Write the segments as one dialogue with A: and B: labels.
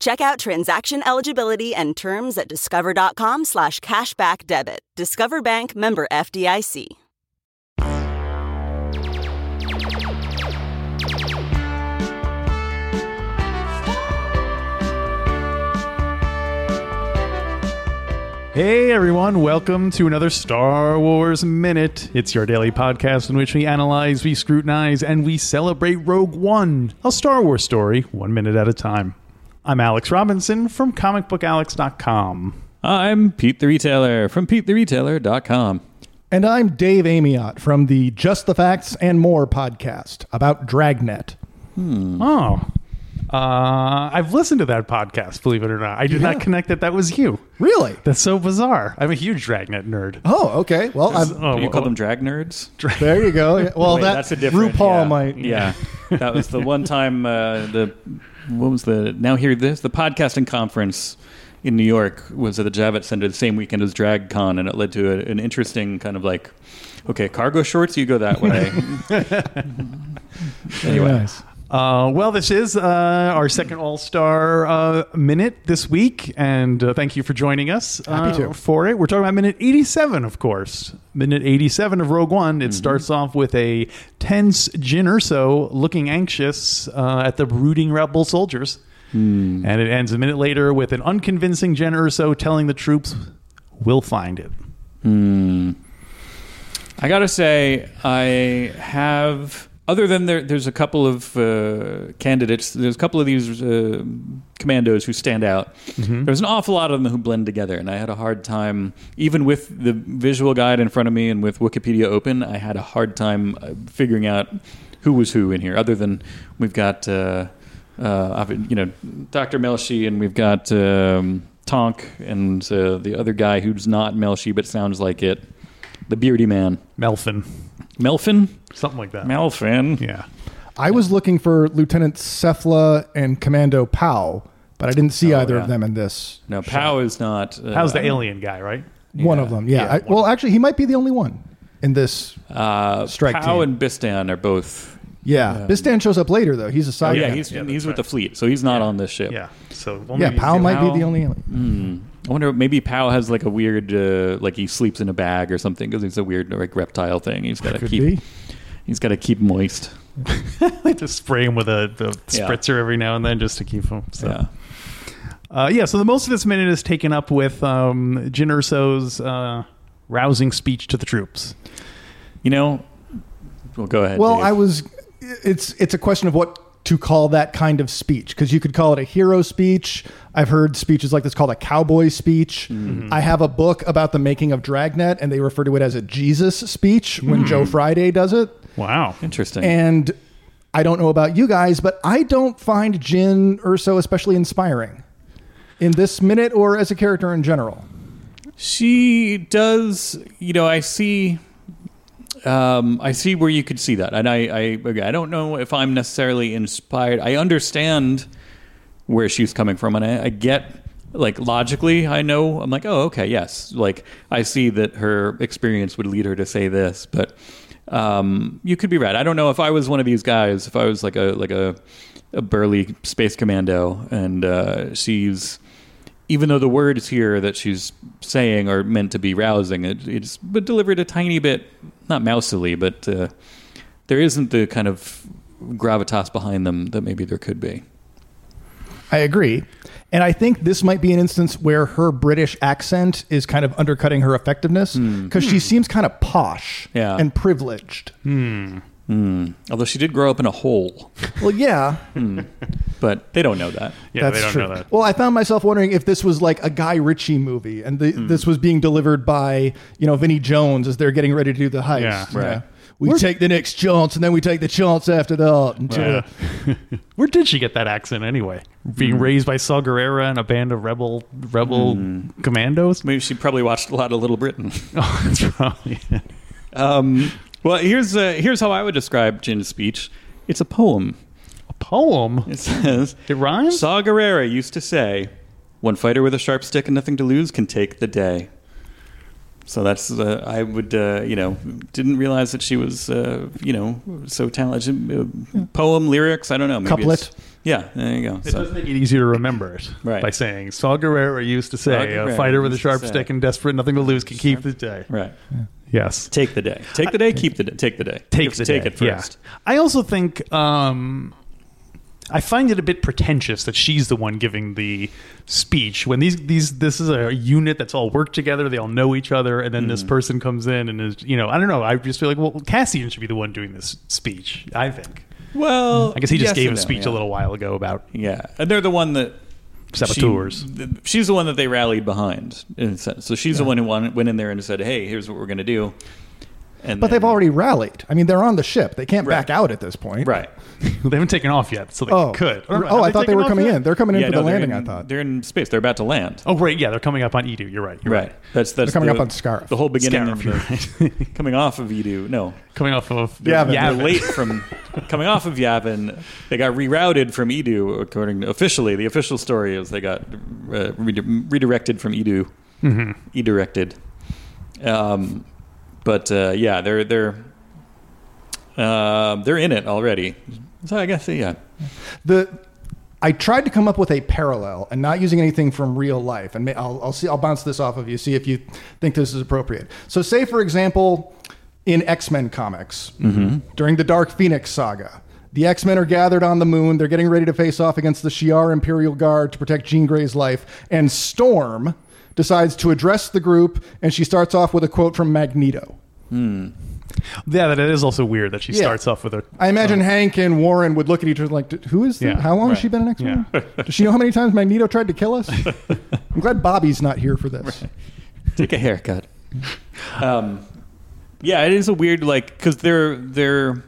A: Check out transaction eligibility and terms at discover.com slash cashback debit. Discover Bank member FDIC.
B: Hey everyone, welcome to another Star Wars Minute. It's your daily podcast in which we analyze, we scrutinize, and we celebrate Rogue One, a Star Wars story, one minute at a time. I'm Alex Robinson from comicbookalex.com.
C: I'm Pete the Retailer from PeteTheRetailer.com.
D: And I'm Dave Amiot from the Just the Facts and More podcast about Dragnet.
B: Oh, uh, I've listened to that podcast, believe it or not. I did not connect that that was you.
D: Really?
B: That's so bizarre. I'm a huge Dragnet nerd.
D: Oh, okay. Well, I'm,
B: Oh,
C: Do you call
B: oh,
C: them drag nerds?
D: there you go. Yeah, Well,
C: Wait,
D: that,
C: that's a different
D: RuPaul
C: yeah.
D: might.
C: Yeah, that was the one time uh, the what was the now hear this the podcasting conference in New York was at the Javits Center the same weekend as Drag Con, and it led to a, an interesting kind of like. Okay, cargo shorts, you go that way.
D: Anyway. Nice.
B: Uh, well, this is uh, our second All Star uh, minute this week, and uh, thank you for joining us uh,
D: Happy to.
B: for it. We're talking about minute 87, of course. Minute 87 of Rogue One.
D: Mm-hmm.
B: It starts off with a tense Jyn Erso looking anxious uh, at the brooding rebel soldiers,
D: Hmm.
B: and it ends a minute later with an unconvincing Jyn Erso telling the troops, "We'll find it."
C: I gotta say, I have. Other than there, there's a couple of uh, candidates. There's a couple of these uh, commandos who stand out. There's an awful lot of them who blend together, and I had a hard time, even with the visual guide in front of me and with Wikipedia open, I had a hard time uh, figuring out who was who in here. Other than we've got, uh, uh, you know, Doctor Melshi, and we've got um, Tonk, and uh, the other guy who's not Melshi but sounds like it, the beardy man.
B: Melfin,
C: Melfin?
B: something like that.
C: Melfin.
B: yeah.
D: I was looking for Lieutenant Cephla and Commando Pow, but I didn't see either
C: Oh, yeah.
D: of them in this.
C: No, Pow is not. Uh,
B: How's the alien guy, right?
D: One of them, yeah.
B: Yeah,
D: I- well, actually, he might be the only one in this.
C: uh,
D: strike
C: Pow
D: team?
C: and Bistan are both.
D: yeah. Bistan shows up later, though. He's a side.
C: Oh, yeah,
D: guy.
C: he's
B: yeah,
C: he's
B: that's
C: with the
B: right.
C: fleet, so he's not on this ship.
B: Yeah. So well,
D: Oh, yeah.
B: maybe-
D: Pow might
C: Pow.
D: be the only. alien.
C: I wonder maybe Pow has like a weird uh, like he sleeps in a bag or something because he's a weird like reptile thing. He's got to
D: Could
C: keep
D: be.
C: he's got to keep moist.
B: like to spray him with a, a
C: Yeah.
B: spritzer every now and then just to keep him. So.
C: Yeah.
B: Uh, yeah, so the most of this minute is taken up with um, Jyn Erso's uh, rousing speech to the troops.
C: You know. Well, go ahead.
D: Well,
C: Dave.
D: I was. It's it's a question of what to call that kind of speech because you could call it a hero speech. I've heard speeches like this called a cowboy speech. I have a book about the making of Dragnet, and they refer to it as a Jesus speech when Joe Friday does it.
B: Wow.
C: interesting.
D: And I don't know about you guys, but I don't find Jin Urso especially inspiring in this minute or as a character in general.
C: She does. You know, I see. Um, I see where you could see that, and I, I, okay, I don't know if I'm necessarily inspired. I understand where she's coming from, and I, I get like logically, I know. I'm like, oh, okay, yes. Like, I see that her experience would lead her to say this, but um, you could be right. I don't know if I was one of these guys. If I was like a like a a burly space commando, and uh, she's even though the words here that she's saying are meant to be rousing, it, it's but delivered a tiny bit, not mousily, but uh, there isn't the kind of gravitas behind them that maybe there could be.
D: I agree. And I think this might be an instance where her British accent is kind of undercutting her effectiveness because she seems kind of posh
C: Yeah.
D: and privileged.
C: Although she did grow up in a hole,
D: Well, yeah,
C: but they don't know that.
B: Yeah,
D: that's
B: they don't
D: true.
B: know that.
D: Well, I found myself wondering if this was like a Guy Ritchie movie, and the, this was being delivered by you know Vinnie Jones as they're getting ready to do the heist.
B: Yeah,
D: you
C: right.
D: know. We take the next chance, and then we take the chance after that. Until
B: Yeah. Where did she get that accent anyway?
C: Hmm.
B: Being raised by Saw Gerrera and a band of rebel rebel
C: Hmm.
B: commandos.
C: Maybe she probably watched a lot of Little Britain.
B: Oh, that's probably it.
C: Um, well, here's uh, here's how I would describe Jin's speech. It's a poem.
B: a poem.
C: It says,
B: It rhymes.
C: Saw Gerrera used to say, "One fighter with a sharp stick and nothing to lose can take the day." So that's uh, I would uh, you know didn't realize that she was uh, you know so talented. Uh, Poem lyrics, I don't know. Maybe
D: Couplet.
C: it's- Yeah, there you go.
B: It
C: So-
B: does make it easier to remember it
C: Right.
B: by saying Saw Gerrera used to
C: Saw
B: say,
C: Gerrera
B: "A fighter with a
C: used to
B: sharp
C: say."
B: stick and desperate nothing to lose can keep the day."
C: right.
B: Yes,
C: Take the day. Take the day. Keep the day. Take the day.
B: take the
C: take
B: day.
C: it first.
B: Yeah. I also think um, I find it a bit pretentious that she's the one giving the speech when these these this is a unit that's all worked together, they all know each other, and then this person comes in and is you know I don't know. I just feel like well, Cassian should be the one doing this speech. I think.
C: Well,
B: I guess he just
C: yes
B: gave a
C: and no,
B: speech a
C: yeah.
B: little while ago about
C: Yeah, and they're the one that
B: saboteurs.
C: She, th- she's the one that they rallied behind. In a sense. So she's the one who won, went in there and said, "Hey, here's what we're going to do." And
D: But
C: then-
D: they've already rallied. I mean, they're on the ship. They can't
C: Right.
D: back out at this point.
C: right.
B: they haven't taken off yet, so they
D: Oh,
B: could.
D: Oh,
B: Or have
D: I thought they
B: taken
D: were
B: off
D: coming
B: yet?
D: in. They're coming in
C: Yeah,
D: for
C: no,
D: the
C: they're
D: landing.
C: in-
D: I thought.
C: they're in space. They're about to land.
B: Oh, right. Yeah, they're coming up on Edu. You're right. You're
C: right. That's that's
D: coming
C: the-
D: up on Scarif.
C: The whole beginning
B: Scarif,
C: of the, coming off of Edu. No,
B: Coming off of
D: Yavin.
C: yeah,
D: Yavin.
C: late from coming off of Yavin, they got rerouted from Edu. According to, officially, the official story is they got uh, rede- redirected from Edu, mm-hmm. edirected. Um, but uh, yeah, they're they're um they're in it already. So I guess yeah,
D: the I tried to come up with a parallel and not using anything from real life. And may, I'll, I'll see. I'll bounce this off of you. See if you think this is appropriate. So, say for example, in X Men comics, during the Dark Phoenix saga, the X Men are gathered on the moon. They're getting ready to face off against the Shi'ar Imperial Guard to protect Jean Grey's life. And Storm decides to address the group, and she starts off with a quote from Magneto.
B: Yeah, that is also weird that she
D: Yeah.
B: starts off with a.
D: I imagine Hank and Warren would look at each other like, "Dude, "Who is? That?
B: Oh. Yeah,
D: How long has
B: right.
D: she been an X-Men? Does she know how many times Magneto tried to kill us?" I'm glad Bobby's not here for this.
C: take a haircut. Um, yeah, it is a weird like because they're they're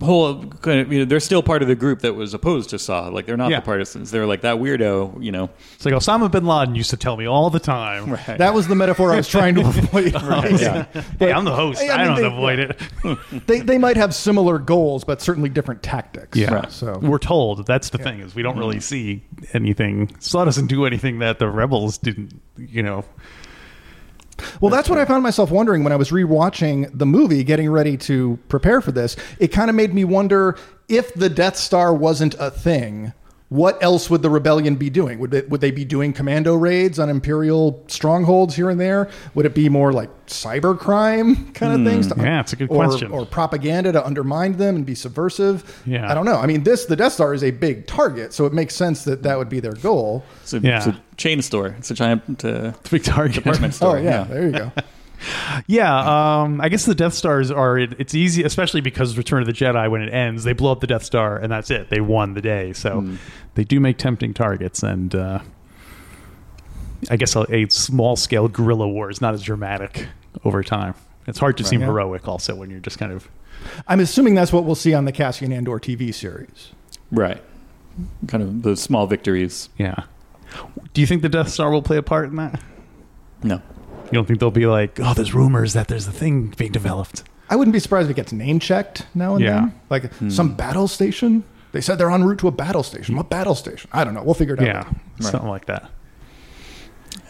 C: whole kind of, you know they're still part of the group that was opposed to Saw. Like they're not
B: Yeah.
C: the partisans. They're like that weirdo. You know,
B: It's like Osama bin Laden used to tell me all the time.
D: That was the metaphor I was trying
B: Oh,
D: to avoid.
C: Yeah.
B: Hey, I'm the host.
D: Hey, I
B: I,
D: mean,
B: don't
D: they-
B: avoid it.
D: They they might have similar goals, but certainly different tactics.
B: Yeah.
D: So
B: We're told that's the thing is we don't
D: Mm-hmm.
B: really see anything. Saw doesn't do anything that the rebels didn't. You know.
D: Well, that's what I found myself wondering when I was rewatching the movie, getting ready to prepare for this. It kind of made me wonder if the Death Star wasn't a thing, what else would the rebellion be doing? Would they, would they be doing commando raids on Imperial strongholds here and there? Would it be more like cybercrime kind of things? To,
B: Hmm, yeah, it's a good
D: or,
B: question.
D: Or propaganda to undermine them and be subversive?
B: Yeah.
D: I don't know. I mean, this the Death Star is a big target, so it makes sense that that would be their goal.
C: it's a,
B: Yeah.
C: it's a chain store. It's a giant uh,
B: Big target.
C: department
D: Oh
C: store.
D: yeah, there you go.
B: Yeah, um, I guess the Death Stars are. It, it's easy, especially because Return of the Jedi, when it ends, they blow up the Death Star, and that's it. They won the day, so they do make tempting targets. And uh, I guess a, a small scale guerrilla war is not as dramatic over time. It's hard to seem heroic, also, when you're just kind of
D: I'm assuming that's what we'll see on the Cassian Andor TV series.
C: right. Kind of the small victories.
B: yeah. Do you think the Death Star will play a part in that?
C: No,
B: You don't think they'll be like, oh, there's rumors that there's a thing being developed.
D: I wouldn't be surprised if it gets name checked now and
B: Yeah.
D: then. Like
C: Hmm.
D: some battle station. They said they're en route to a battle station. What battle station? I don't know. We'll figure it out.
B: Yeah,
D: later.
B: something like that.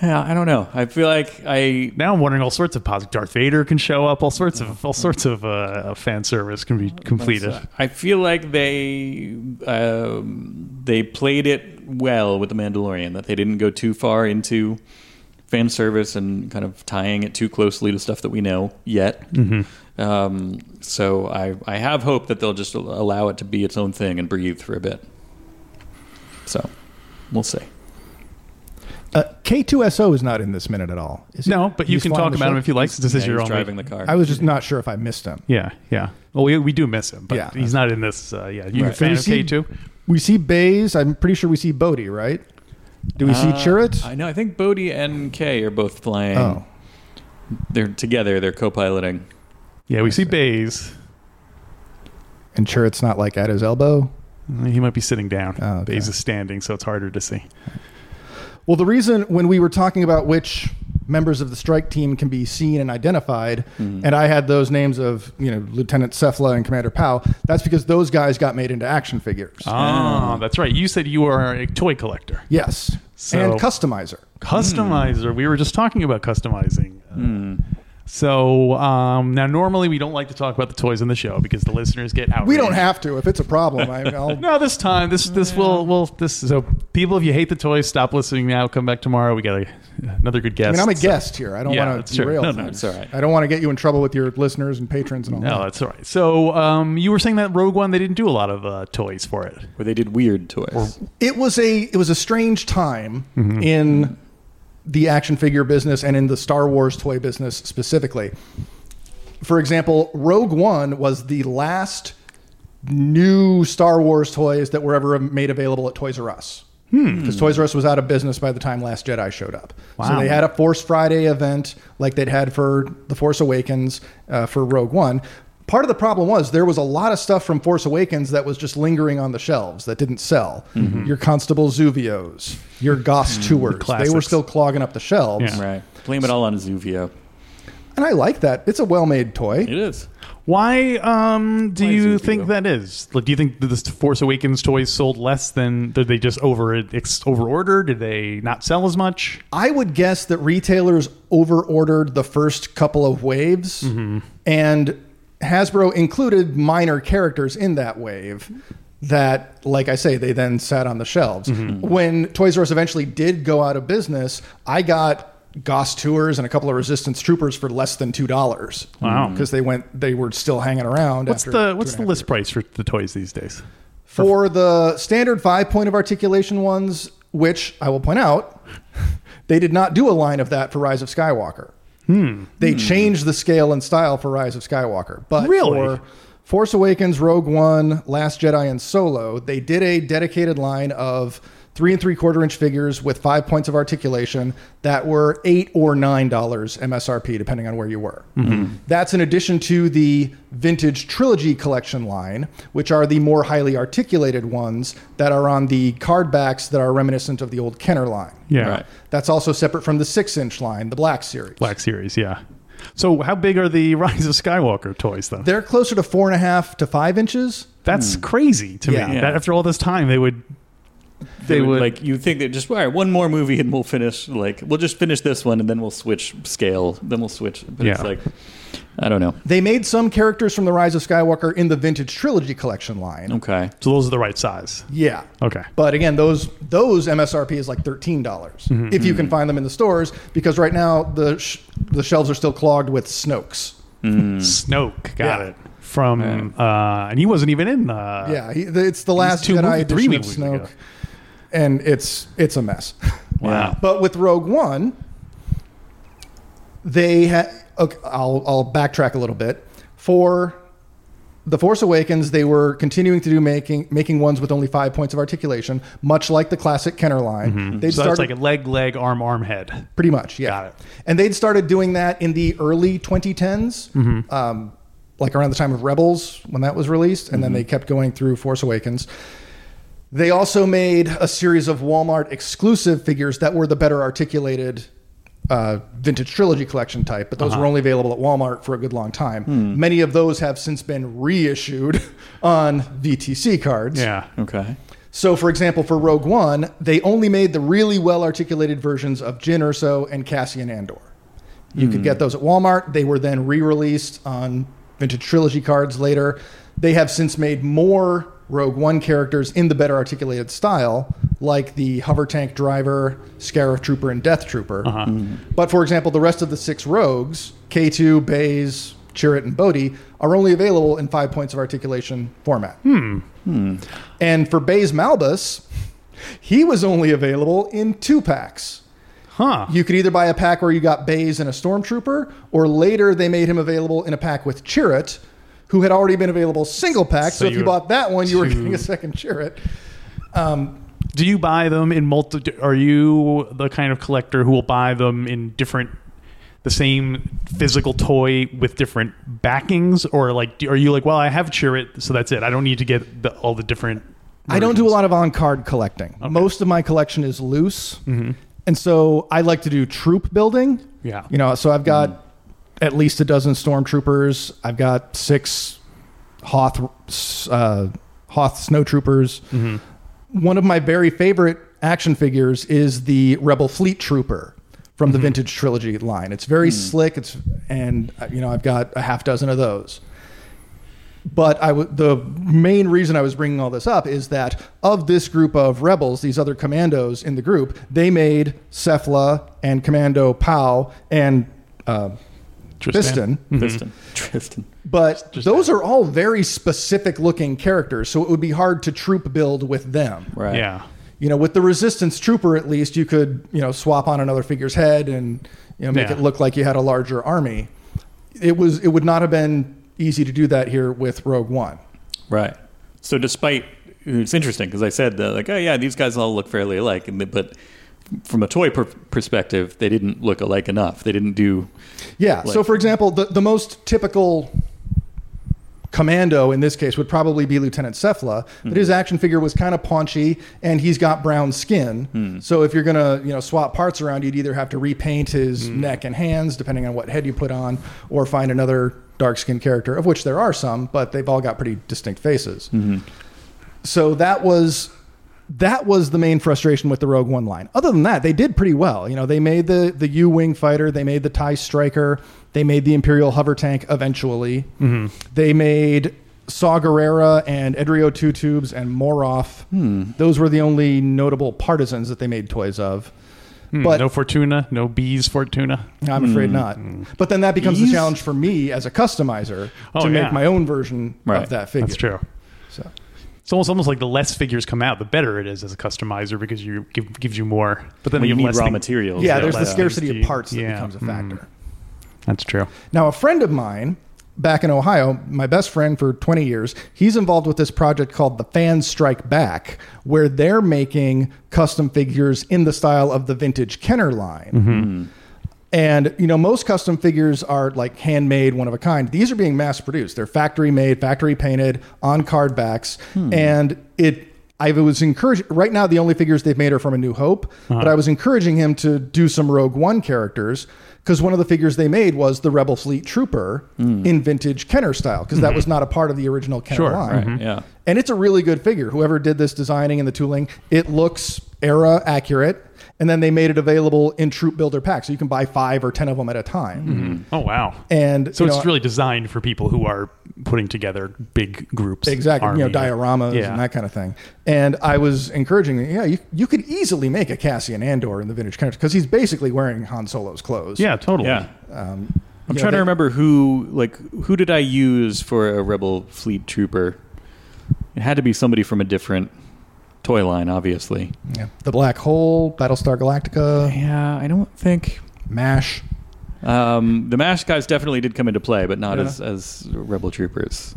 C: yeah, I don't know. I feel like I
B: now I'm wondering all sorts of positive. Darth Vader can show up. All sorts of all sorts of uh, fan service can be completed.
C: I feel like they um, they played it well with the Mandalorian that they didn't go too far into fan service and kind of tying it too closely to stuff that we know yet. Um, so I I have hope that they'll just allow it to be its own thing and breathe for a bit. So we'll see.
D: Uh, K2SO is not in this minute at all. is he?
B: No, but you
D: He's
B: can
D: flying
B: talk
D: the
B: about him
D: ship?
B: if you like. Since this is
C: Yeah,
B: your
C: he's
B: own
C: driving the car.
D: I was just not sure if I missed him.
B: Yeah, yeah. Well, we, we do miss him, but
D: Yeah.
B: he's not in this. Uh, yeah, you
C: Right.
B: a fan
D: We
B: of K
D: see-
B: two?
D: We see Bays. I'm pretty sure we see Bodhi, right? Do we see
C: Uh,
D: Chirrut?
C: I know. I think Bodhi and Kay are both flying.
D: oh,
C: They're together. They're co-piloting.
B: Yeah, we see Bays.
D: and Chirrut's not like at his elbow.
B: He might be sitting down.
D: Oh, okay.
B: Bays is standing, so it's harder to see.
D: Well, the reason when we were talking about which members of the strike team can be seen and identified, and I had those names of you know Lieutenant Cephala and Commander Powell, that's because those guys got made into action figures.
B: Ah, that's right. You said you are a toy collector,
D: yes,
B: So-
D: and customizer. Hmm.
B: customizer. We were just talking about customizing. Uh, So um, now, normally we don't like to talk about the toys on the show because the listeners get outraged.
D: We don't have to if it's a problem. I, I'll,
B: No, this time, this this will will this. So, people, if you hate the toys, stop listening now. Come back tomorrow. We got a, another good
D: I
B: guest.
D: mean, I'm a
B: so-
D: guest here. I don't
B: Yeah,
D: want
B: that's
D: to
B: true.
D: derail.
B: No, no,
D: things.
C: it's all right.
D: I don't want to get you in trouble with your listeners and patrons and all.
B: No,
D: that.
B: Oh, that's all right. So um, you were saying that Rogue One, they didn't do a lot of uh, toys for it.
C: Where they did weird toys.
D: it was a it was a strange time
B: Mm-hmm.
D: in the action figure business and in the Star Wars toy business specifically. For example, Rogue One was the last new Star Wars toys that were ever made available at Toys R Us.
B: Hmm.
D: Because Toys R Us was out of business by the time Last Jedi showed up. So
B: Wow.
D: they had a Force Friday event like they'd had for The Force Awakens uh, for Rogue One. Part of the problem was there was a lot of stuff from Force Awakens that was just lingering on the shelves that didn't sell.
B: Mm-hmm.
D: Your Constable Zuvios, your Goss Tours, they were
B: Mm, classics.
D: still clogging up the shelves.
B: Yeah.
C: Right. Blame it all on Zuvio.
D: And I like that. It's a well made toy.
C: It is.
B: Why um, do
C: Why is
B: you
C: it
B: think
C: you?
B: that is? Like, do you think that this Force Awakens toys sold less than did they just over ex, over order? Did they not sell as much?
D: I would guess that retailers overordered the first couple of waves, and Hasbro included minor characters in that wave. That, like I say, they then sat on the shelves. When Toys R Us eventually did go out of business, I got Goss Tours and a couple of Resistance Troopers for less than two dollars. Wow! Because they went, they were still hanging around.
B: What's
D: after
B: the
D: two
B: what's
D: and a
B: the
D: half
B: list price for the toys these days?
D: for the standard five point of articulation ones, which I will point out, they did not do a line of that for Rise of Skywalker. They changed the scale and style for Rise of Skywalker, but
B: Hmm. Really?
D: for Force Awakens, Rogue One, Last Jedi, and Solo, they did a dedicated line of three and three quarter inch figures with five points of articulation that were eight or nine dollars MSRP, depending on where you were.
B: Mm-hmm.
D: That's in addition to the vintage trilogy collection line, which are the more highly articulated ones that are on the card backs that are reminiscent of the old Kenner line.
B: Yeah,
C: Right.
D: That's also separate from the six inch line, the Black Series.
B: Black Series. Yeah. So how big are the Rise of Skywalker toys though?
D: They're closer to four and a half to five inches.
B: That's crazy to
D: Hmm. Yeah.
B: me. That after all this time, they would they, would,
C: like you think that just all right, one more movie and we'll finish like we'll just finish this one and then we'll switch scale. Then we'll switch. But it's
B: Yeah.
C: like I don't know.
D: They made some characters from the Rise of Skywalker in the vintage trilogy collection line.
C: Okay.
B: so those are the right size.
D: Yeah.
B: Okay.
D: But again, those those MSRP is like thirteen dollars
B: Mm-hmm.
D: if you can find them in the stores because right now the sh- the shelves are still clogged with Snoke's.
B: Snoke got
D: Hmm. Yeah.
B: it from uh, and he wasn't even in uh,
D: yeah, he, the, it's the last
B: two
D: Jedi
B: movie- three
D: edition of
B: movies
D: Snoke,
B: ago.
D: and it's it's a mess.
B: Wow.
D: But with Rogue One, they had. Okay, I'll I'll backtrack a little bit. For the Force Awakens, they were continuing to do making making ones with only five points of articulation, much like the classic Kenner line. They'd
B: Mm-hmm. so that's
D: started-
B: like a leg, leg, arm, arm, head.
D: Pretty much, yeah.
B: Got it.
D: And they'd started doing that in the early 2010s,
B: Mm-hmm.
D: um, like around the time of Rebels when that was released, and
B: Mm-hmm.
D: then they kept going through Force Awakens. They also made a series of Walmart exclusive figures that were the better articulated uh, vintage trilogy collection type, but those
B: Uh-huh.
D: were only available at Walmart for a good long time.
B: Hmm.
D: Many of those have since been reissued on VTC cards.
B: Yeah.
C: Okay.
D: So, for example, for Rogue One, they only made the really well articulated versions of Jin Urso and Cassian Andor. You could get those at Walmart. They were then re released on vintage trilogy cards later. They have since made more Rogue One characters in the better articulated style, like the hover tank driver, Scarab Trooper, and Death Trooper. But for example, the rest of the six rogues, K2, Baze, Chirrut, and Bodhi, are only available in five points of articulation format. And for Baze Malbus, he was only available in two packs.
B: Huh.
D: You could either buy a pack where you got Baze and a Stormtrooper, or later they made him available in a pack with Chirrut, who had already been available single pack. So,
B: So
D: if you
B: you-
D: bought that one, you were
B: two-
D: getting a second Chirrut.
B: Do you buy them in multi? Are you the kind of collector who will buy them in different, the same physical toy with different backings, or like, do, are you like, well, I have Chirrut, so that's it. I don't need to get the, all the different.
D: I don't do a
B: versions."
D: lot of on card collecting. Most of my collection is loose. And so I like to do troop building.
B: Mm-hmm. Yeah. Mm.
D: You know, so I've got at least a dozen stormtroopers. I've got six Hoth, uh, Hoth snowtroopers.
B: Mm-hmm.
D: One of my very favorite action figures is the Rebel Fleet Trooper from
C: Mm-hmm.
D: the Vintage Trilogy line. It's very
C: Mm.
D: slick. It's and uh, you know I've got a half dozen of those. But I w- the main reason I was bringing all this up is that of this group of rebels, these other commandos in the group, they made Cephla and Commando Pow and uh, Piston.
B: Mm-hmm.
C: Tristan. Tristan.
D: But those are all very specific looking characters, so it would be hard to troop build with them.
C: Right.
B: Yeah.
D: You know, with the Resistance Trooper, at least you could you know swap on another figure's head and you know make
B: Yeah.
D: it look like you had a larger army. It was it would not have been easy to do that here with Rogue One.
C: Right. So despite it's interesting because I said that like oh yeah these guys all look fairly alike and the- but from a toy per- perspective they didn't look alike enough they didn't do
D: Yeah. so,
C: Like-
D: for example, the, the most typical commando in this case would probably be Lieutenant Cephla, but his action figure was kind of paunchy and he's got brown skin. So, if you're going to you know swap parts around, you'd either have to repaint his neck and hands, depending on what head you put on, or find another dark skinned character, of which there are some, but they've all got pretty distinct faces. So, that was. That was the main frustration with the Rogue One line. Other than that, they did pretty well. You know, they made the the U wing fighter, they made the Tie Striker, they made the Imperial hover tank. Eventually,
B: Mm-hmm.
D: they made Saw Gerrera and Edrio Two Tubes and Moroff. Those were the only notable partisans that they made toys of. but
B: no Fortuna, no bees Fortuna.
D: I'm afraid not. But then that becomes
C: Bees?
D: the challenge for me as a customizer
B: Oh,
D: to
B: yeah.
D: make my own version
C: Right.
D: of that figure.
B: That's true.
D: So.
B: It's almost almost like the less figures come out, the better it is as a customizer because you give, gives you more. But then
C: when you
B: have
C: need
B: less
C: raw
B: thing-
C: materials
D: Yeah,
B: Yeah,
D: there's the
B: less
D: scarcity
B: things
D: of
B: to-
D: parts that
B: yeah.
D: becomes a
B: Mm.
D: factor.
B: That's true.
D: Now, a friend of mine back in Ohio, my best friend for 20 years, he's involved with this project called the Fans Strike Back, where they're making custom figures in the style of the vintage Kenner line. And you know, most custom figures are like handmade, one of a kind. These are being mass produced. They're factory made, factory painted, on card backs,
C: Hmm.
D: and it. I was encouraging. Right now, the only figures they've made are from A New Hope,
C: Uh-huh.
D: but I was encouraging him to do some Rogue One characters because one of the figures they made was the Rebel Fleet Trooper
C: Hmm.
D: in vintage Kenner style because that was not a part of the original Kenner
B: Sure,
D: line.
C: Mm-hmm. right yeah
D: And it's a really good figure. Whoever did this designing and the tooling, it looks era accurate. And then they made it available in troop builder packs, so you can buy five or ten of them at a time.
B: Oh wow.
D: And
B: so
D: you
B: it's
D: know,
B: really designed for people who are putting together big groups.
D: exactly you know
B: army.
D: dioramas
B: Yeah.
D: and that kind of thing. And I was encouraging, yeah, you, you could easily make a Cassian Andor in the vintage country because he's basically wearing Han Solo's clothes.
B: Yeah, totally.
C: yeah I'm
D: You know,
C: trying
D: Um, they-
C: to remember who like who did I use for a rebel fleet trooper it had to be somebody from a different toy line obviously
D: yeah. the black hole, Battlestar Galactica,
C: yeah I don't think
D: Mash.
C: Um, the mash guys definitely did come into play, but not
D: Yeah.
C: as as rebel troopers.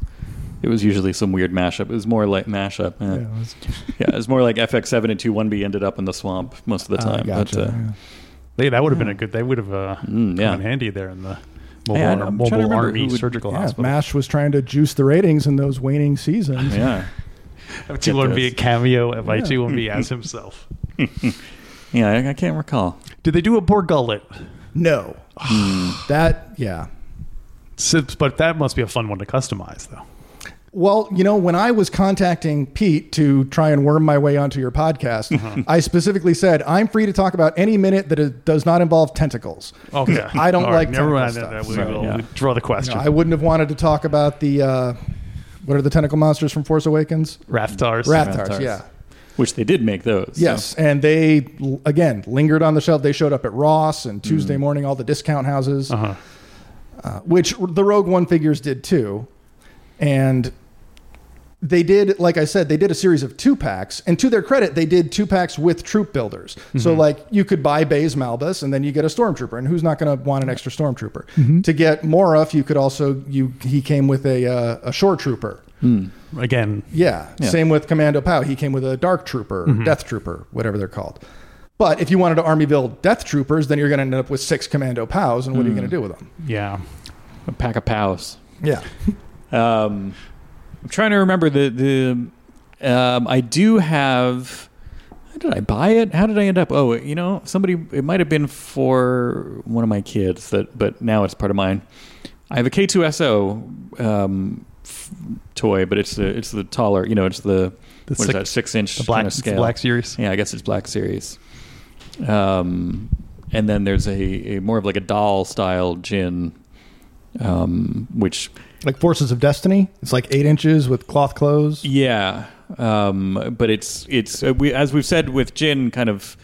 C: It was usually some weird mashup. It was more like mashup. eh.
D: Yeah, it was-
C: Yeah, it was more like FX seven and two one B ended up in the swamp most of the
D: uh,
C: time.
D: gotcha.
C: But, uh,
D: yeah.
B: They, that would have been a good. They would have uh,
C: Mm, yeah.
B: come in handy there in the mobile,
C: Yeah, I'm trying to
B: mobile
C: remember
B: army
C: who would-
B: surgical
D: Yeah,
B: hospital.
D: Mash was trying to juice the ratings in those waning seasons.
C: yeah,
B: T one be a cameo. If I
D: Yeah.
B: T one be as himself.
C: yeah. I, I can't recall.
B: Did they do a poor gullet?
D: No.
B: Hmm.
D: that, yeah.
B: So- But that must be a fun one to customize, though.
D: Well, you know, when I was contacting Pete to try and worm my way onto your podcast,
B: Uh-huh.
D: I specifically said, I'm free to talk about any minute that it does not involve tentacles.
B: Okay,
D: I don't
B: All
D: like
B: Never mind.
D: tentacle
B: That,
D: stuff.
B: we
C: Oh, Right,
B: will
C: yeah.
B: we draw the
D: You
B: question.
D: know, I wouldn't have wanted to talk about the, uh, what are the tentacle monsters from Force Awakens?
B: Raftars.
D: Rathars,
C: Rathtars.
D: yeah.
C: Which they did make those. so-
D: Yes, and they l- again lingered on the shelf. They showed up at Ross and Tuesday morning, all the discount houses,
B: Uh-huh.
D: uh, which the Rogue One figures did too. And they did, like I said, they did a series of two packs, and to their credit, they did two packs with troop builders. So, like, you could buy Bayes Malbus, and then you get a stormtrooper, and who's not going to want an extra stormtrooper? To get Moruf, you could also you he came with a uh, a shore trooper.
B: Again,
D: Yeah. Mm-hmm. Same with Commando Pow. He came with a Dark Trooper, Death Trooper, whatever they're called. But if you wanted to army build Death Troopers, then you're going to end up with six Commando Pows, and what are you going to do with them?
B: yeah.
C: A pack of pows.
D: Yeah.
C: Um, I'm trying to remember the the. Um, I do have. How did I buy it? How did I end up? Oh, you know, somebody. It might have been for one of my kids that, but now it's part of mine. I have a K2SO um, f- toy, but it's the it's the taller. You know, it's the,
B: The
C: what is
B: six-
C: that six inch
B: The black,
C: kind of scale.
B: black series.
C: Yeah, I guess it's Black Series. Um, and then there's a, a more of like a doll style gin, um, which
D: Like Forces of Destiny. It's like eight inches with cloth clothes.
C: yeah, um, but it's it's uh, we, as we've said with Jin, kind of,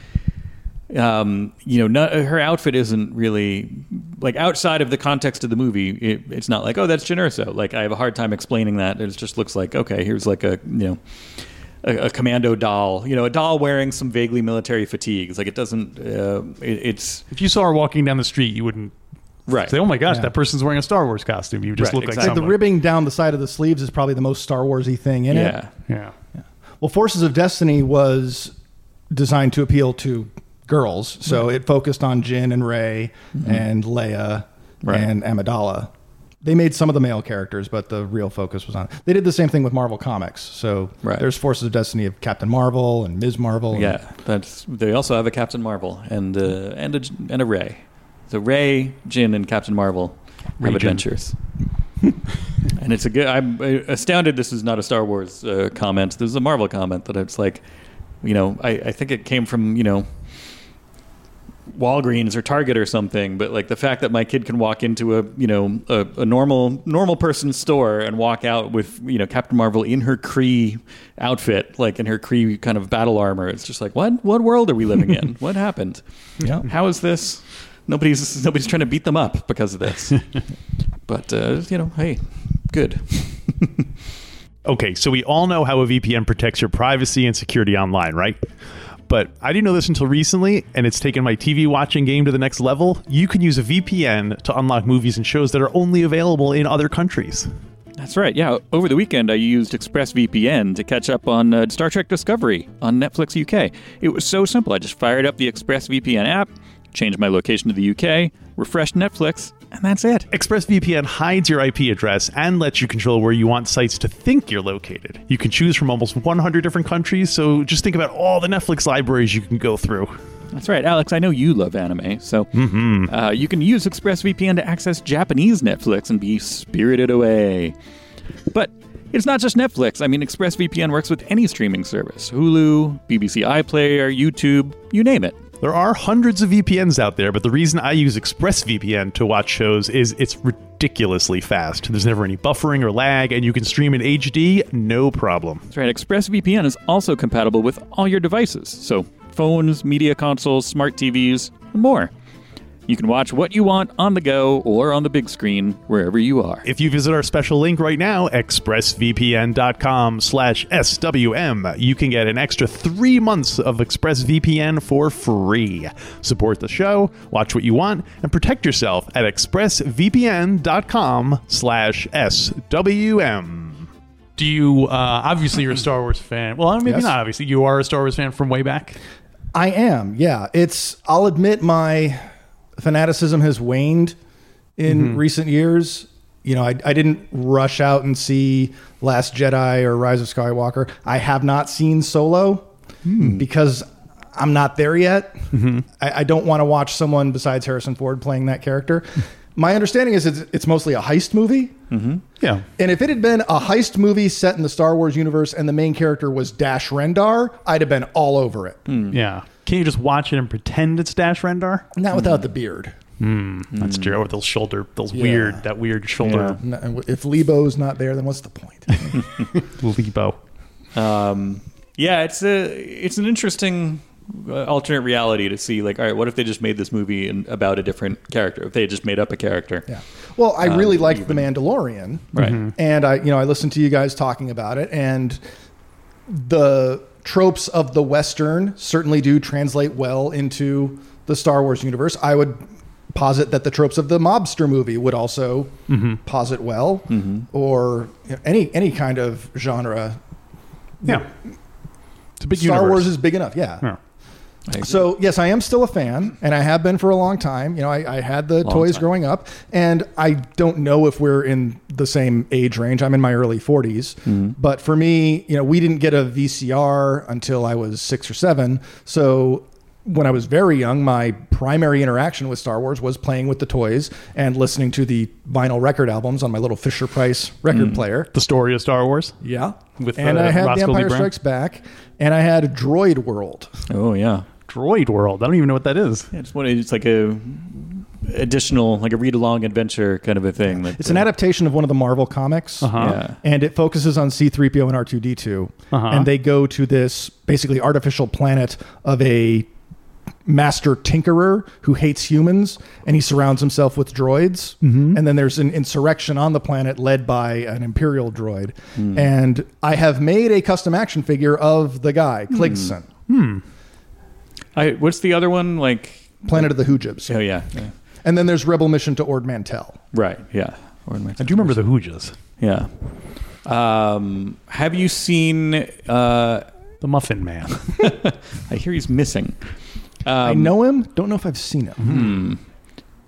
C: um, you know, not, her outfit isn't really like outside of the context of the movie. It, it's not like oh that's Jin Erso. Like I have a hard time explaining that. It just looks like okay, here's like a you know. A, a commando doll, you know, a doll wearing some vaguely military fatigues. Like it doesn't. Uh, it, it's
B: If you saw her walking down the street, you wouldn't
C: right.
B: say, "Oh my gosh, that person's wearing a Star Wars costume." You just
C: Right,
B: look
C: exactly.
B: like
D: The
B: someone.
D: ribbing down the side of the sleeves is probably the most Star Warsy thing in it.
C: yeah.
B: Yeah.
D: Well, Forces of Destiny was designed to appeal to girls, so it focused on Jin and Rey and Leia
C: Mm-hmm. Right.
D: and Amidala. They made some of the male characters, but the real focus was on. They did the same thing with Marvel Comics. So
C: Right.
D: there's Forces of Destiny of Captain Marvel and Ms. Marvel. and-
C: Yeah, that's. They also have a Captain Marvel and uh, and a and a Ray. So Ray, Jin, and Captain Marvel have
B: Ray-Jin.
C: adventures. and it's a good. I'm uh, astounded. This is not a Star Wars uh, comment. This is a Marvel comment that it's like, you know, I, I think it came from you know. Walgreens or Target or something, but like the fact that my kid can walk into a you know a, a normal normal person's store and walk out with you know Captain Marvel in her Kree outfit, like in her Kree kind of battle armor, it's just like what what world are we living in? what happened?
D: Yeah.
C: How is this? Nobody's nobody's trying to beat them up because of this. but uh, you know, hey, good.
B: Okay, so we all know how a VPN protects your privacy and security online, right? But I didn't know this until recently, and it's taken my TV watching game to the next level. You can use a VPN to unlock movies and shows that are only available in other countries.
C: That's right. Yeah, over the weekend I used ExpressVPN to catch up on uh, Star Trek Discovery on Netflix UK. It was so simple. I just fired up the ExpressVPN app, changed my location to the UK, refreshed Netflix, and that's it.
B: ExpressVPN hides your IP address and lets you control where you want sites to think you're located. You can choose from almost 100 different countries, so just think about all the Netflix libraries you can go through.
C: That's right, Alex. I know you love anime, so uh, you can use ExpressVPN to access Japanese Netflix and be spirited away. But it's not just Netflix. I mean, ExpressVPN works with any streaming service Hulu, BBC iPlayer, YouTube, you name it.
B: There are hundreds of VPNs out there, but the reason I use ExpressVPN to watch shows is it's ridiculously fast. There's never any buffering or lag, and you can stream in HD, no problem.
C: That's right. ExpressVPN is also compatible with all your devices, so phones, media consoles, smart TVs, and more. You can watch what you want on the go or on the big screen wherever you are.
B: If you visit our special link right now, expressvpn.com slash SWM, you can get an extra three months of ExpressVPN for free. Support the show, watch what you want, and protect yourself at expressvpn.com slash SWM. Do you, uh, obviously you're a Star Wars fan. Well, maybe
D: Yes.
B: not obviously. You are a Star Wars fan from way back.
D: I am. Yeah, it's. I'll admit my fanaticism has waned in recent years. You know, I, I didn't rush out and see Last Jedi or Rise of Skywalker. I have not seen Solo because I'm not there yet. I, I don't want to watch someone besides Harrison Ford playing that character. My understanding is it's, it's mostly a heist movie.
B: Yeah.
D: And if it had been a heist movie set in the Star Wars universe and the main character was Dash Rendar, I'd have been all over it.
B: Yeah. Can you just watch it and pretend it's Dash Rendar?
D: Not without the beard.
B: That's true. Or those shoulder, those
D: Hmm. Yeah.
B: weird, that weird shoulder
D: No, if Lebo's not there, then what's the point?
B: Lebo.
C: Um, yeah, it's a it's an interesting uh, alternate reality to see like all right what if they just made this movie in, about a different character if they just made up a character
D: Yeah. Well,
B: Uh,
D: I really liked The Mandalorian.
C: Right. Mhm.
D: And I, you know, I listened to you guys talking about it and the tropes of the western certainly do translate well into the Star Wars universe. I would posit that the tropes of the mobster movie would also
B: Mm-hmm.
D: posit well or you know, any any kind of genre.
B: Yeah. It's a big
D: Star
B: universe.
D: Wars is big enough, yeah.
B: Yeah.
D: So yes, I am still a fan, and I have been for a long time. You know, I, I had the toys
C: time.
D: growing up, and I don't know if we're in the same age range. I'm in my early 40s, but for me, you know, we didn't get a VCR until I was six or seven. So when I was very young, my primary interaction with Star Wars was playing with the toys and listening to the vinyl record albums on my little Fisher Price record player.
B: the story of Star Wars.
D: Yeah,
B: With,
D: and
B: uh,
D: I had
B: Roscoe
D: The
B: Lee
D: Empire
B: Brown?
D: Strikes Back, and I had Droid World.
C: oh yeah
B: Droid World. I don't even know what that is.
C: yeah just wanted it's like a additional like a read along adventure kind of a thing like
D: It's an adaptation of one of the Marvel comics.
C: yeah
D: And it focuses on C3PO and R2D2. And they go to this basically artificial planet of a master tinkerer who hates humans and he surrounds himself with droids. And then there's an insurrection on the planet led by an Imperial droid.
C: Hmm.
D: And I have made a custom action figure of the guy,
C: Hmm.
D: Kligson,
C: I, what's the other one like
D: Planet of the Hoojibs.
C: oh yeah, yeah.
D: And then there's Rebel Mission to Ord Mantell.
C: right yeah Or am
B: I do remember the Hoojas,
C: Yeah. Um, have you seen? Uh,
B: the Muffin Man.
C: I hear he's missing.
D: I
C: Um,
D: know him, don't know if I've seen him.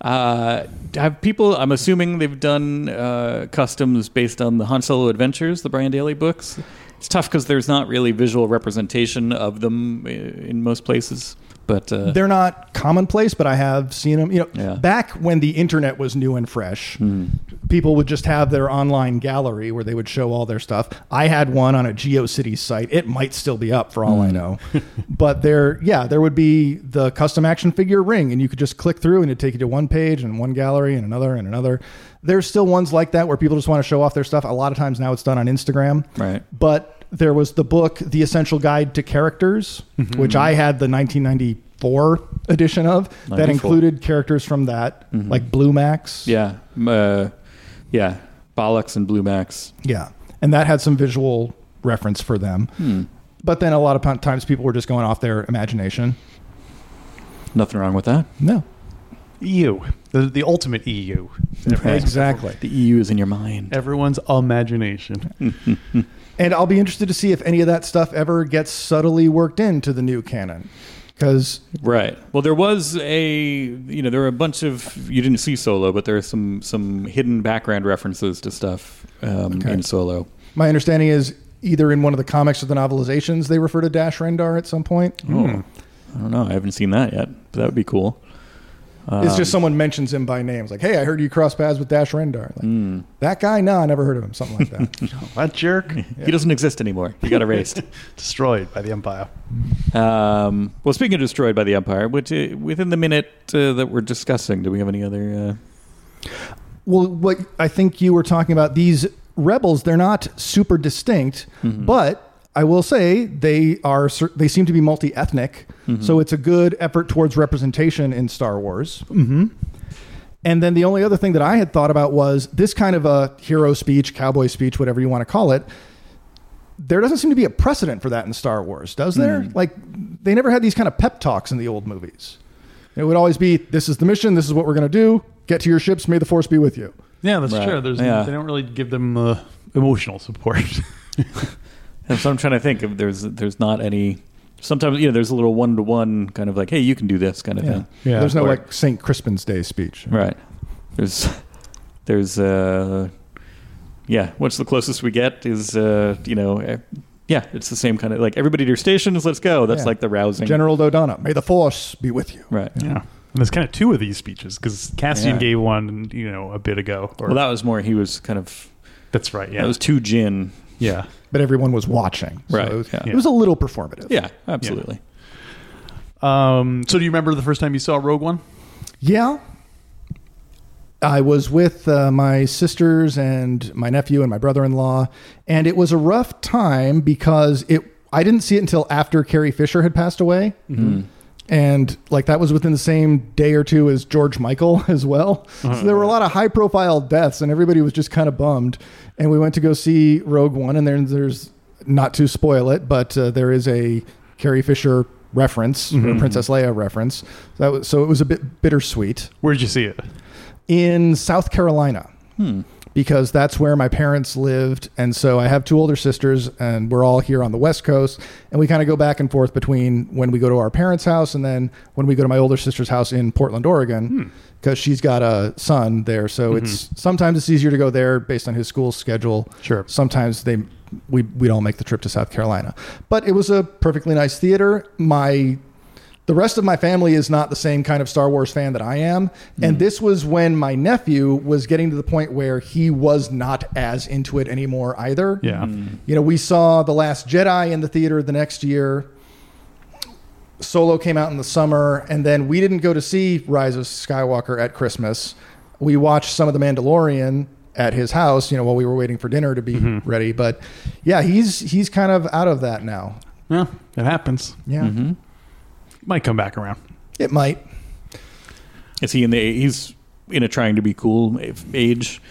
C: Uh, have people? I'm assuming they've done uh, customs based on the Han Solo Adventures, the Brian Daley books. It's tough because there's not really visual representation of them i- in most places. But uh,
D: they're not commonplace, but I have seen them. You know,
C: Yeah.
D: back when the internet was new and fresh, people would just have their online gallery where they would show all their stuff. I had one on a GeoCities site. It might still be up for all I know. but there, yeah, there would be the custom action figure ring, and you could just click through, and it'd take you to one page and one gallery and another and another. There's still ones like that where people just want to show off their stuff. A lot of times now it's done on Instagram
C: Right.
D: but there was the book the essential guide to characters which i had the 1994 edition of that
C: 94.
D: included characters from that like blue max
C: yeah, m- uh, yeah, Bollocks and Blue Max.
D: yeah and that had some visual reference for them but then a lot of times people were just going off their imagination
C: Nothing wrong with that.
D: no
B: EU, E the, the ultimate E EU.
D: exactly
C: The EU is in your mind.
B: Everyone's imagination.
D: And I'll be interested to see if any of that stuff ever gets subtly worked into the new canon. Because
C: Right. Well, there was a you know there were a bunch of you didn't see Solo, but there are some some hidden background references to stuff um, in Solo.
D: my understanding is either in one of the comics or the novelizations, they refer to Dash Rendar at some point.
C: I don't know. I haven't seen that yet, but that would be cool.
D: it's just someone mentions him by name. It's like, hey, I heard you cross paths with Dash Rendar. Like, That guy? No, I never heard of him. Something like that.
B: That jerk
C: He doesn't exist anymore. He got erased.
B: destroyed by the Empire.
C: um, well, speaking of destroyed by the Empire, which uh, within the minute uh, that we're discussing, do we have any other? uh,
D: well, what I think you were talking about, these rebels, they're not super distinct, but I will say they are. cer- They seem to be multi-ethnic, so it's a good effort towards representation in Star Wars. And then the only other thing that I had thought about was this kind of a hero speech, cowboy speech, whatever you want to call it. There doesn't seem to be a precedent for that in Star Wars, does there? Like, they never had these kind of pep talks in the old movies. It would always be, this is the mission, this is what we're going to do, get to your ships, may the force be with you.
B: Yeah, that's
C: Right.
B: true. There's,
C: Yeah.
B: They don't really give them uh, emotional support.
C: Uh, so I'm trying to think. If there's there's not any. Sometimes you know there's a little one to one kind of like, hey, you can do this kind of thing.
B: Yeah.
D: There's no
C: Or-
D: like St. Crispin's Day speech.
C: Right. There's there's uh yeah, what's the closest we get is uh you know eh, yeah, it's the same kind of like everybody to your stations, let's go. That's
D: Yeah.
C: like the rousing.
D: General Dodonna, may the force be with you.
C: right.
B: yeah. And there's kind of two of these speeches because Cassian
C: Yeah.
B: gave one, you know, a bit ago. Or,
C: Well, that was more he was kind of
B: that's right. Yeah.
C: that was too gin.
B: yeah.
D: But everyone was watching.
C: Right,
D: it, was,
C: yeah.
D: it was a little performative.
C: Yeah, absolutely.
B: Um, so do you remember the first time you saw Rogue One?
D: Yeah. I was with uh, my sisters and my nephew and my brother in law, and it was a rough time because it. I didn't see it until after Carrie Fisher had passed away.
C: Mm-hmm.
D: And like that was within the same day or two as George Michael as well. So there were a lot of high profile deaths and everybody was just kind of bummed. And we went to go see Rogue One and then there's not to spoil it, but uh, there is a Carrie Fisher reference or Princess Leia reference. That was, so it was a bit bittersweet
B: Where'd you see it?
D: in South Carolina because that's where my parents lived. And so I have two older sisters, and we're all here on the West Coast. And we kind of go back and forth between when we go to our parents' house and then when we go to my older sister's house in Portland, Oregon, because she's got a son there. So it's sometimes it's easier to go there based on his school schedule.
B: Sure.
D: Sometimes they. We, we'd all make the trip to South Carolina. But it was a perfectly nice theater. My the rest of my family is not the same kind of Star Wars fan that I am. And this was when my nephew was getting to the point where he was not as into it anymore either.
B: Yeah.
C: Mm.
D: You know, we saw The Last Jedi in the theater the next year. Solo came out in the summer, and then we didn't go to see Rise of Skywalker at Christmas. We watched some of The Mandalorian at his house, you know, while we were waiting for dinner to be ready. But yeah, he's he's kind of out of that now.
B: Yeah, it happens.
D: Yeah.
B: Might come back around.
D: It might.
C: Is he in the he's in a trying to be cool age?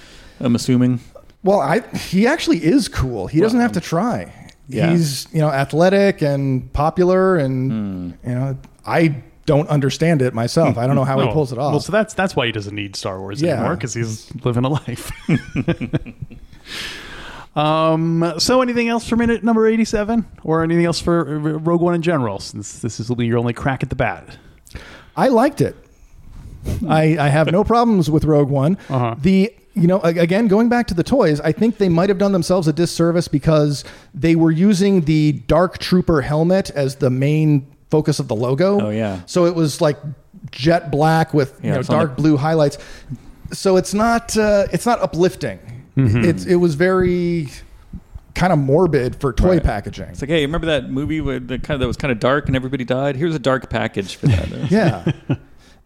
C: I'm assuming.
D: Well, I he actually is cool. He doesn't have to try.
C: yeah.
D: He's you know athletic and popular, and you know I don't understand it myself. I don't know how he
B: Oh,
D: pulls it off.
B: Well, so that's that's why he doesn't need Star Wars
D: Yeah.
B: anymore because he's living a life. um. So, anything else for minute number eighty-seven, or anything else for uh, Rogue One in general? Since this is will be your only crack at the bat.
D: I liked it. I, I have no problems with Rogue One.
B: Uh-huh.
D: The you know a- again going back to the toys, I think they might have done themselves a disservice because they were using the Dark Trooper helmet as the main focus of the logo.
C: Oh, yeah.
D: So it was like jet black with
C: Yeah,
D: you know
C: it's on
D: dark
C: the-
D: blue highlights. So it's not uh, it's not uplifting. It's it was very kind of morbid for toy packaging.
C: It's like, hey, remember that movie where the kind of that was kind of dark and everybody died? Here's a dark package for that.
D: yeah.
C: They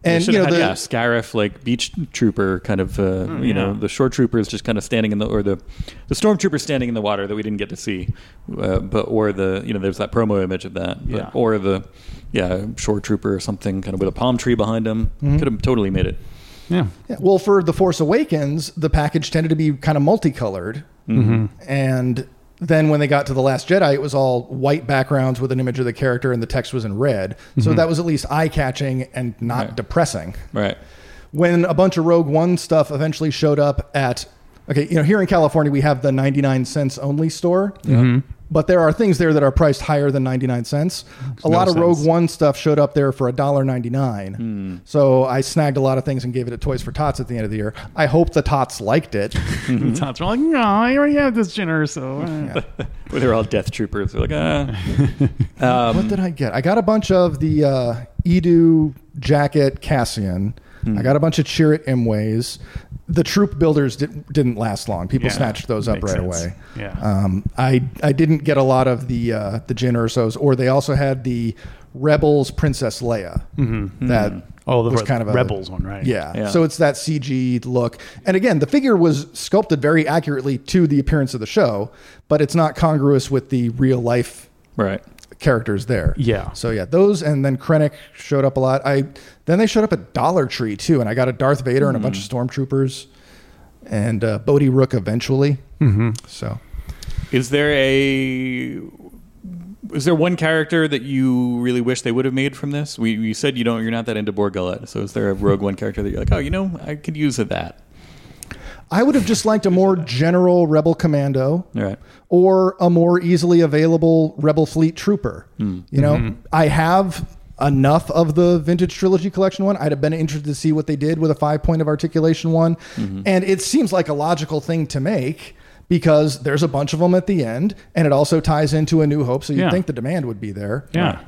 D: And
C: should
D: you know
C: have
D: the
C: had, yeah, Scarif like beach trooper kind of uh, you know the shore trooper is just kind of standing in the or the the stormtrooper standing in the water that we didn't get to see, uh, but or the you know there's that promo image of that, but,
B: Yeah.
C: or the yeah shore trooper or something kind of with a palm tree behind him
D: Mm-hmm.
C: could have totally made it.
B: Yeah.
D: Yeah, well, for The Force Awakens, the package tended to be kind of multicolored. And then when they got to The Last Jedi, it was all white backgrounds with an image of the character and the text was in red. So that was at least eye catching and not depressing.
C: Right.
D: When a bunch of Rogue One stuff eventually showed up at, okay, you know, here in California, we have the 99 cents only store.
B: Mm-hmm.
D: But there are things there that are priced higher than 99 cents. a lot of
B: sense. Hmm.
D: Rogue One stuff showed up there for $1.99. So I snagged a lot of things and gave it to Toys for Tots at the end of the year. I hope the Tots liked it. Mm-hmm.
B: Tots were like, no, I already have this dinner, so. uh."
C: Where they're all death troopers. They're like, ah.
D: what did I get? I got a bunch of the uh, Edu jacket Cassian.
B: Hmm.
D: I got a bunch of Cheer It Imways. The troop builders did, didn't last long. People
B: Yeah,
D: snatched those up
B: makes
D: right
B: sense.
D: away.
B: Yeah.
D: Um, I I didn't get a lot of the uh, the Jyn Ursos, or they also had the Rebels Princess Leia. That
B: Oh, the
D: was
B: Re-
D: kind of a,
B: Rebels one, right?
D: Yeah.
C: Yeah.
D: So it's that CG look, and again, the figure was sculpted very accurately to the appearance of the show, but it's not congruous with the real life
C: right.
D: characters there.
B: Yeah.
D: So yeah, those and then Krennic showed up a lot. I then they showed up at Dollar Tree too, and I got a Darth Vader and a bunch
B: Hmm.
D: of stormtroopers and uh, Bodhi Rook eventually. Mm-hmm. So
C: Is there a is there one character that you really wish they would have made from this? We you said you don't you're not that into Borgullet, so is there a Rogue One character that you're like, oh, you know, I could use of that.
D: I would have just liked a more general Rebel Commando.
C: All right.
D: or a more easily available Rebel Fleet Trooper. You know,
B: Mm-hmm.
D: I have enough of the vintage trilogy collection one. I'd have been interested to see what they did with a five point of articulation one. And it seems like a logical thing to make because there's a bunch of them at the end and it also ties into A New Hope. So you'd
B: Yeah.
D: think the demand would be there.
B: Yeah.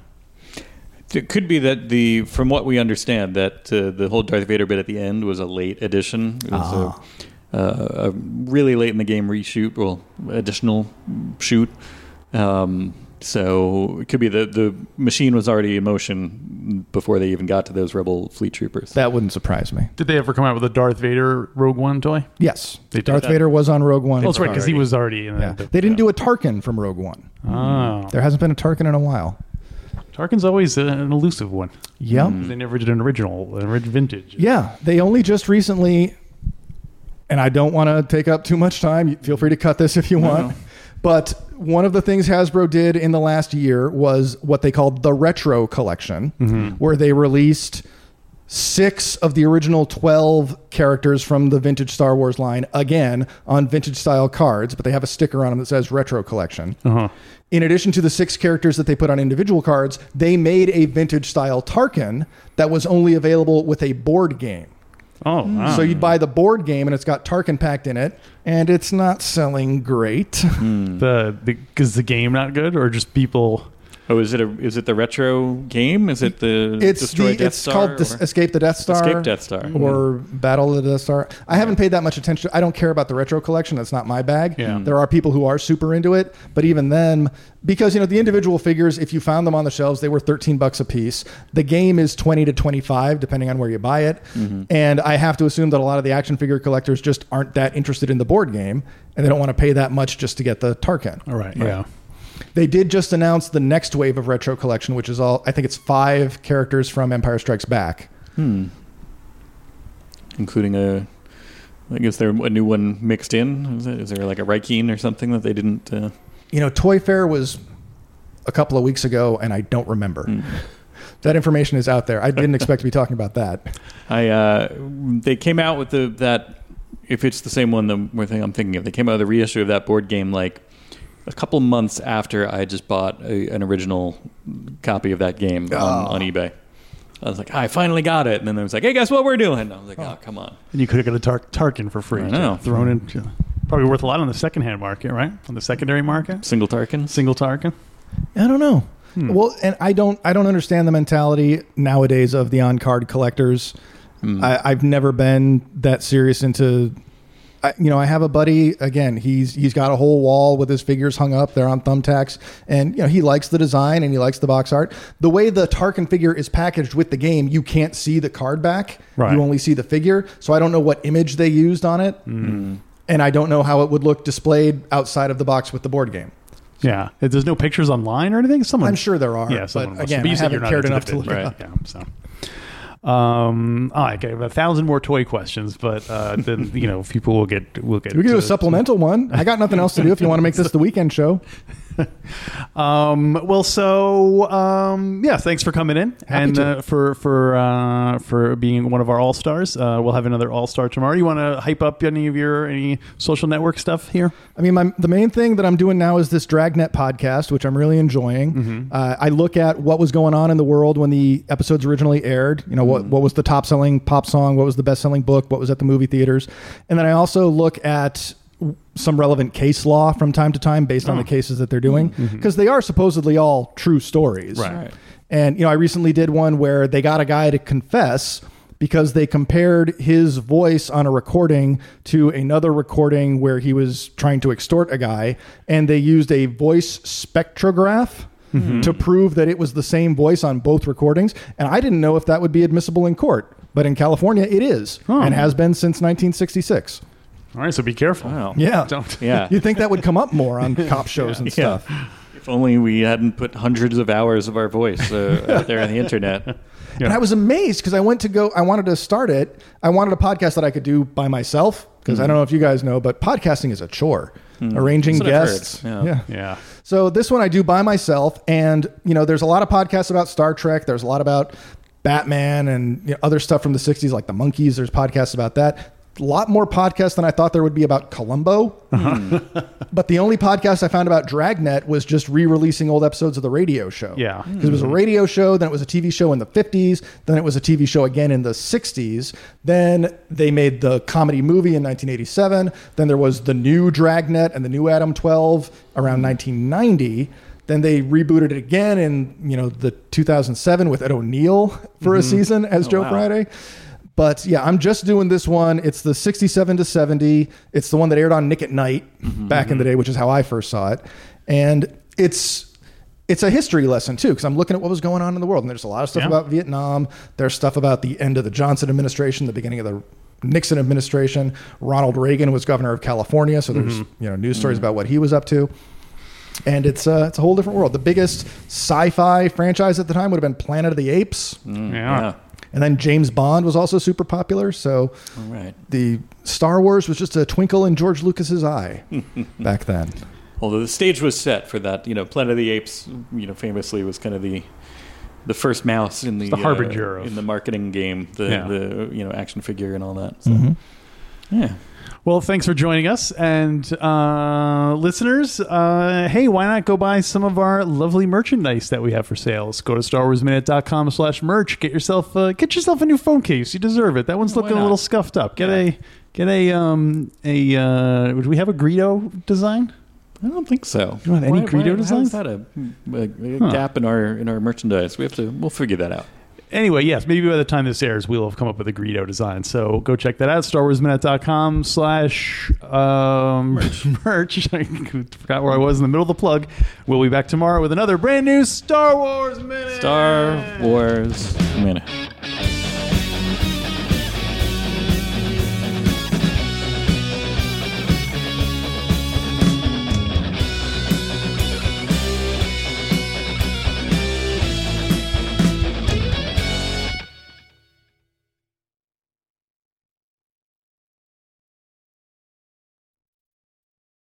C: It could be that the from what we understand that uh, the whole Darth Vader bit at the end was a late addition. It was a, uh, a really late in the game reshoot, well, additional shoot. Um, so it could be that the machine was already in motion before they even got to those rebel fleet troopers.
D: That wouldn't surprise me.
B: Did they ever come out with a Darth Vader Rogue One toy?
D: Yes.
B: They did
D: Darth
B: that.
D: Vader was on Rogue One.
B: Well, that's right, because he was uh, already in
D: Yeah.
B: the,
D: They didn't do a Tarkin from Rogue One.
B: Oh,
D: There hasn't been a Tarkin in a while.
B: Tarkin's always uh, an elusive one.
D: Yep.
B: They never did an original, an orig- vintage.
D: Yeah, they only just recently, and I don't want to take up too much time. you- Feel free to cut this if you want. But one of the things Hasbro did in the last year was what they called the Retro Collection, where they released six of the original 12 characters from the vintage Star Wars line again on vintage style cards, but they have a sticker on them that says Retro Collection. In addition to the six characters that they put on individual cards, they made a vintage style Tarkin that was only available with a board game.
B: Oh, wow.
D: So you'd buy the board game and it's got Tarkin packed in it, and it's not selling great.
C: Hmm.
B: the the is the game not good or just people?
C: Oh, is it a is it the retro game? Is it the
D: it's
C: destroy
D: the,
C: Death
D: it's
C: Star?
D: called Dis-
C: or-
D: Escape the Death Star.
C: Escape Death Star. Mm-hmm.
D: Or Battle of the Death Star. I haven't paid that much attention. I don't care about the retro collection. That's not my bag.
B: Yeah.
D: There are people who are super into it, but even then, because you know the individual figures, if you found them on the shelves, they were thirteen bucks a piece. The game is twenty to twenty-five, depending on where you buy it.
C: Mm-hmm.
D: And I have to assume that a lot of the action figure collectors just aren't that interested in the board game, and they don't want to pay that much just to get the Tarkin.
B: All right, yeah.
D: They did just announce the next wave of retro collection, which is all I think it's five characters from Empire Strikes Back.
C: including a. I guess there a new one mixed in. Is, it, is there like a Raikin or something that they didn't? Uh,
D: You know, Toy Fair was a couple of weeks ago, and I don't remember. That information is out there. I didn't expect to be talking about that.
C: I uh, they came out with the that if it's the same one the one thing I'm thinking of. They came out with a reissue of that board game like a couple months after I just bought a, an original copy of that game
D: Ah.
C: on, on eBay. I was like, I finally got it, and then I was like, Hey, guess what we're doing? And I was like, Oh, come on.
B: And you could have got a tar- Tarkin for free.
C: I
B: too.
C: know.
B: Thrown in. Probably worth a lot on the secondhand market, right? On the secondary market,
C: Single Tarkin.
B: single Tarkin.
D: I don't know. Well, and I don't. I don't understand the mentality nowadays of the on-card collectors. I, I've never been that serious into. I, you know, I have a buddy. Again, he's he's got a whole wall with his figures hung up. They're on thumbtacks, and you know he likes the design and he likes the box art. The way the Tarkin figure is packaged with the game, you can't see the card back.
B: Right.
D: You only see the figure. So I don't know what image they used on it, and I don't know how it would look displayed outside of the box with the board game.
B: Yeah. If There's no pictures online or anything. Someone.
D: I'm sure there are.
B: Yeah,
D: but
B: someone must-
D: again,
B: you
D: I
B: said you're
D: haven't
B: not
D: cared
B: into
D: enough
B: the
D: to look
B: bit,
D: it up.
B: Yeah. So. Um, all right, I have a thousand more toy questions, but uh, then you know people will get will get.
D: We could do a
B: to-
D: supplemental one. I got nothing else to do. If you want to make this the weekend show,
B: Um, well, so um, yeah, thanks for coming in and
D: to.
B: Uh, for for uh, for being one of our all stars. Uh, we'll have another all star tomorrow. You want to hype up any of your any social network stuff here?
D: I mean, my, the main thing that I'm doing now is this Dragnet podcast, which I'm really enjoying.
B: Mm-hmm.
D: Uh, I look at what was going on in the world when the episodes originally aired. You know, what
B: Mm-hmm.
D: what was the top selling pop song? What was the best selling book? What was at the movie theaters? And then I also look at w- some relevant case law from time to time based on
B: Oh.
D: the cases that they're doing because they are supposedly all true stories.
B: Mm-hmm. Right. Right.
D: And you know, I recently did one where they got a guy to confess because they compared his voice on a recording to another recording where he was trying to extort a guy, and they used a voice spectrograph. To prove that it was the same voice on both recordings. And I didn't know if that would be admissible in court, but in California it is and has been since 1966.
B: All right, so be careful.
C: Wow.
D: Yeah.
B: Don't.
C: Yeah.
D: You'd think that would come up more on cop shows and stuff.
C: If only we hadn't put hundreds of hours of our voice uh, out there on the internet.
D: And I was amazed because I went to go, I wanted to start it. I wanted a podcast that I could do by myself because I don't know if you guys know, but podcasting is a chore. Arranging
C: Mm-hmm. That's what I've
D: guests.
C: heard.
D: Yeah.
B: Yeah.
D: So this one I do by myself. And, you know, there's a lot of podcasts about Star Trek, there's a lot about Batman and you know, other stuff from the 60s, like The Monkeys. There's podcasts about that. A lot more podcasts than I thought there would be about Columbo.
C: Mm-hmm.
D: but the only podcast I found about Dragnet was just re releasing old episodes of the radio show.
B: Yeah.
D: Because it was a radio show, then it was a TV show in the 50s, then it was a TV show again in the 60s. Then they made the comedy movie in 1987. Then there was the new Dragnet and the new Adam 12 around 1990. Then they rebooted it again in, you know, the 2007 with Ed O'Neill for a season as Joe Friday. But yeah, I'm just doing this one. It's the 67 to 70. It's the one that aired on Nick at Night back in the day, which is how I first saw it. And it's it's a history lesson too because i'm looking at what was going on in the world and there's a lot of stuff
B: Yeah.
D: about vietnam there's stuff about the end of the johnson administration the beginning of the nixon administration ronald reagan was governor of california so there's you know news stories about what he was up to And it's uh, it's a whole different world. The biggest sci-fi franchise at the time would have been Planet of the Apes,
B: Mm. Yeah.
D: and then James Bond was also super popular. So
C: All right.
D: the Star Wars was just a twinkle in George Lucas's eye back then.
C: Although the stage was set for that, you know, Planet of the Apes, you know, famously was kind of the the first mouse in the, uh,
B: the harbinger of-
C: in the marketing game, the
B: Yeah. Mm-hmm.
C: the you know action figure and all that. So. Yeah.
B: Well, thanks for joining us. And uh, listeners, uh, hey, why not go buy some of our lovely merchandise that we have for sales? Go to starwarsminute.com slash merch. Get yourself uh, get yourself a new phone case. You deserve it. That one's
C: Why
B: looking a
C: not?
B: little scuffed up. Get
C: Yeah.
B: a get a um a uh, do we have a Greedo design?
C: I don't think so.
B: You want any Greedo
C: How
B: designs?
C: is that a, a, a
B: Huh.
C: gap in our in our merchandise? We have to. We'll figure that out.
B: Anyway, yes, maybe by the time this airs, we'll have come up with a Greedo design. So go check that out, starwarsminute.com slash um, merch. I forgot where I was in the middle of the plug. We'll be back tomorrow with another brand new Star Wars Minute.
C: Star Wars. Minute.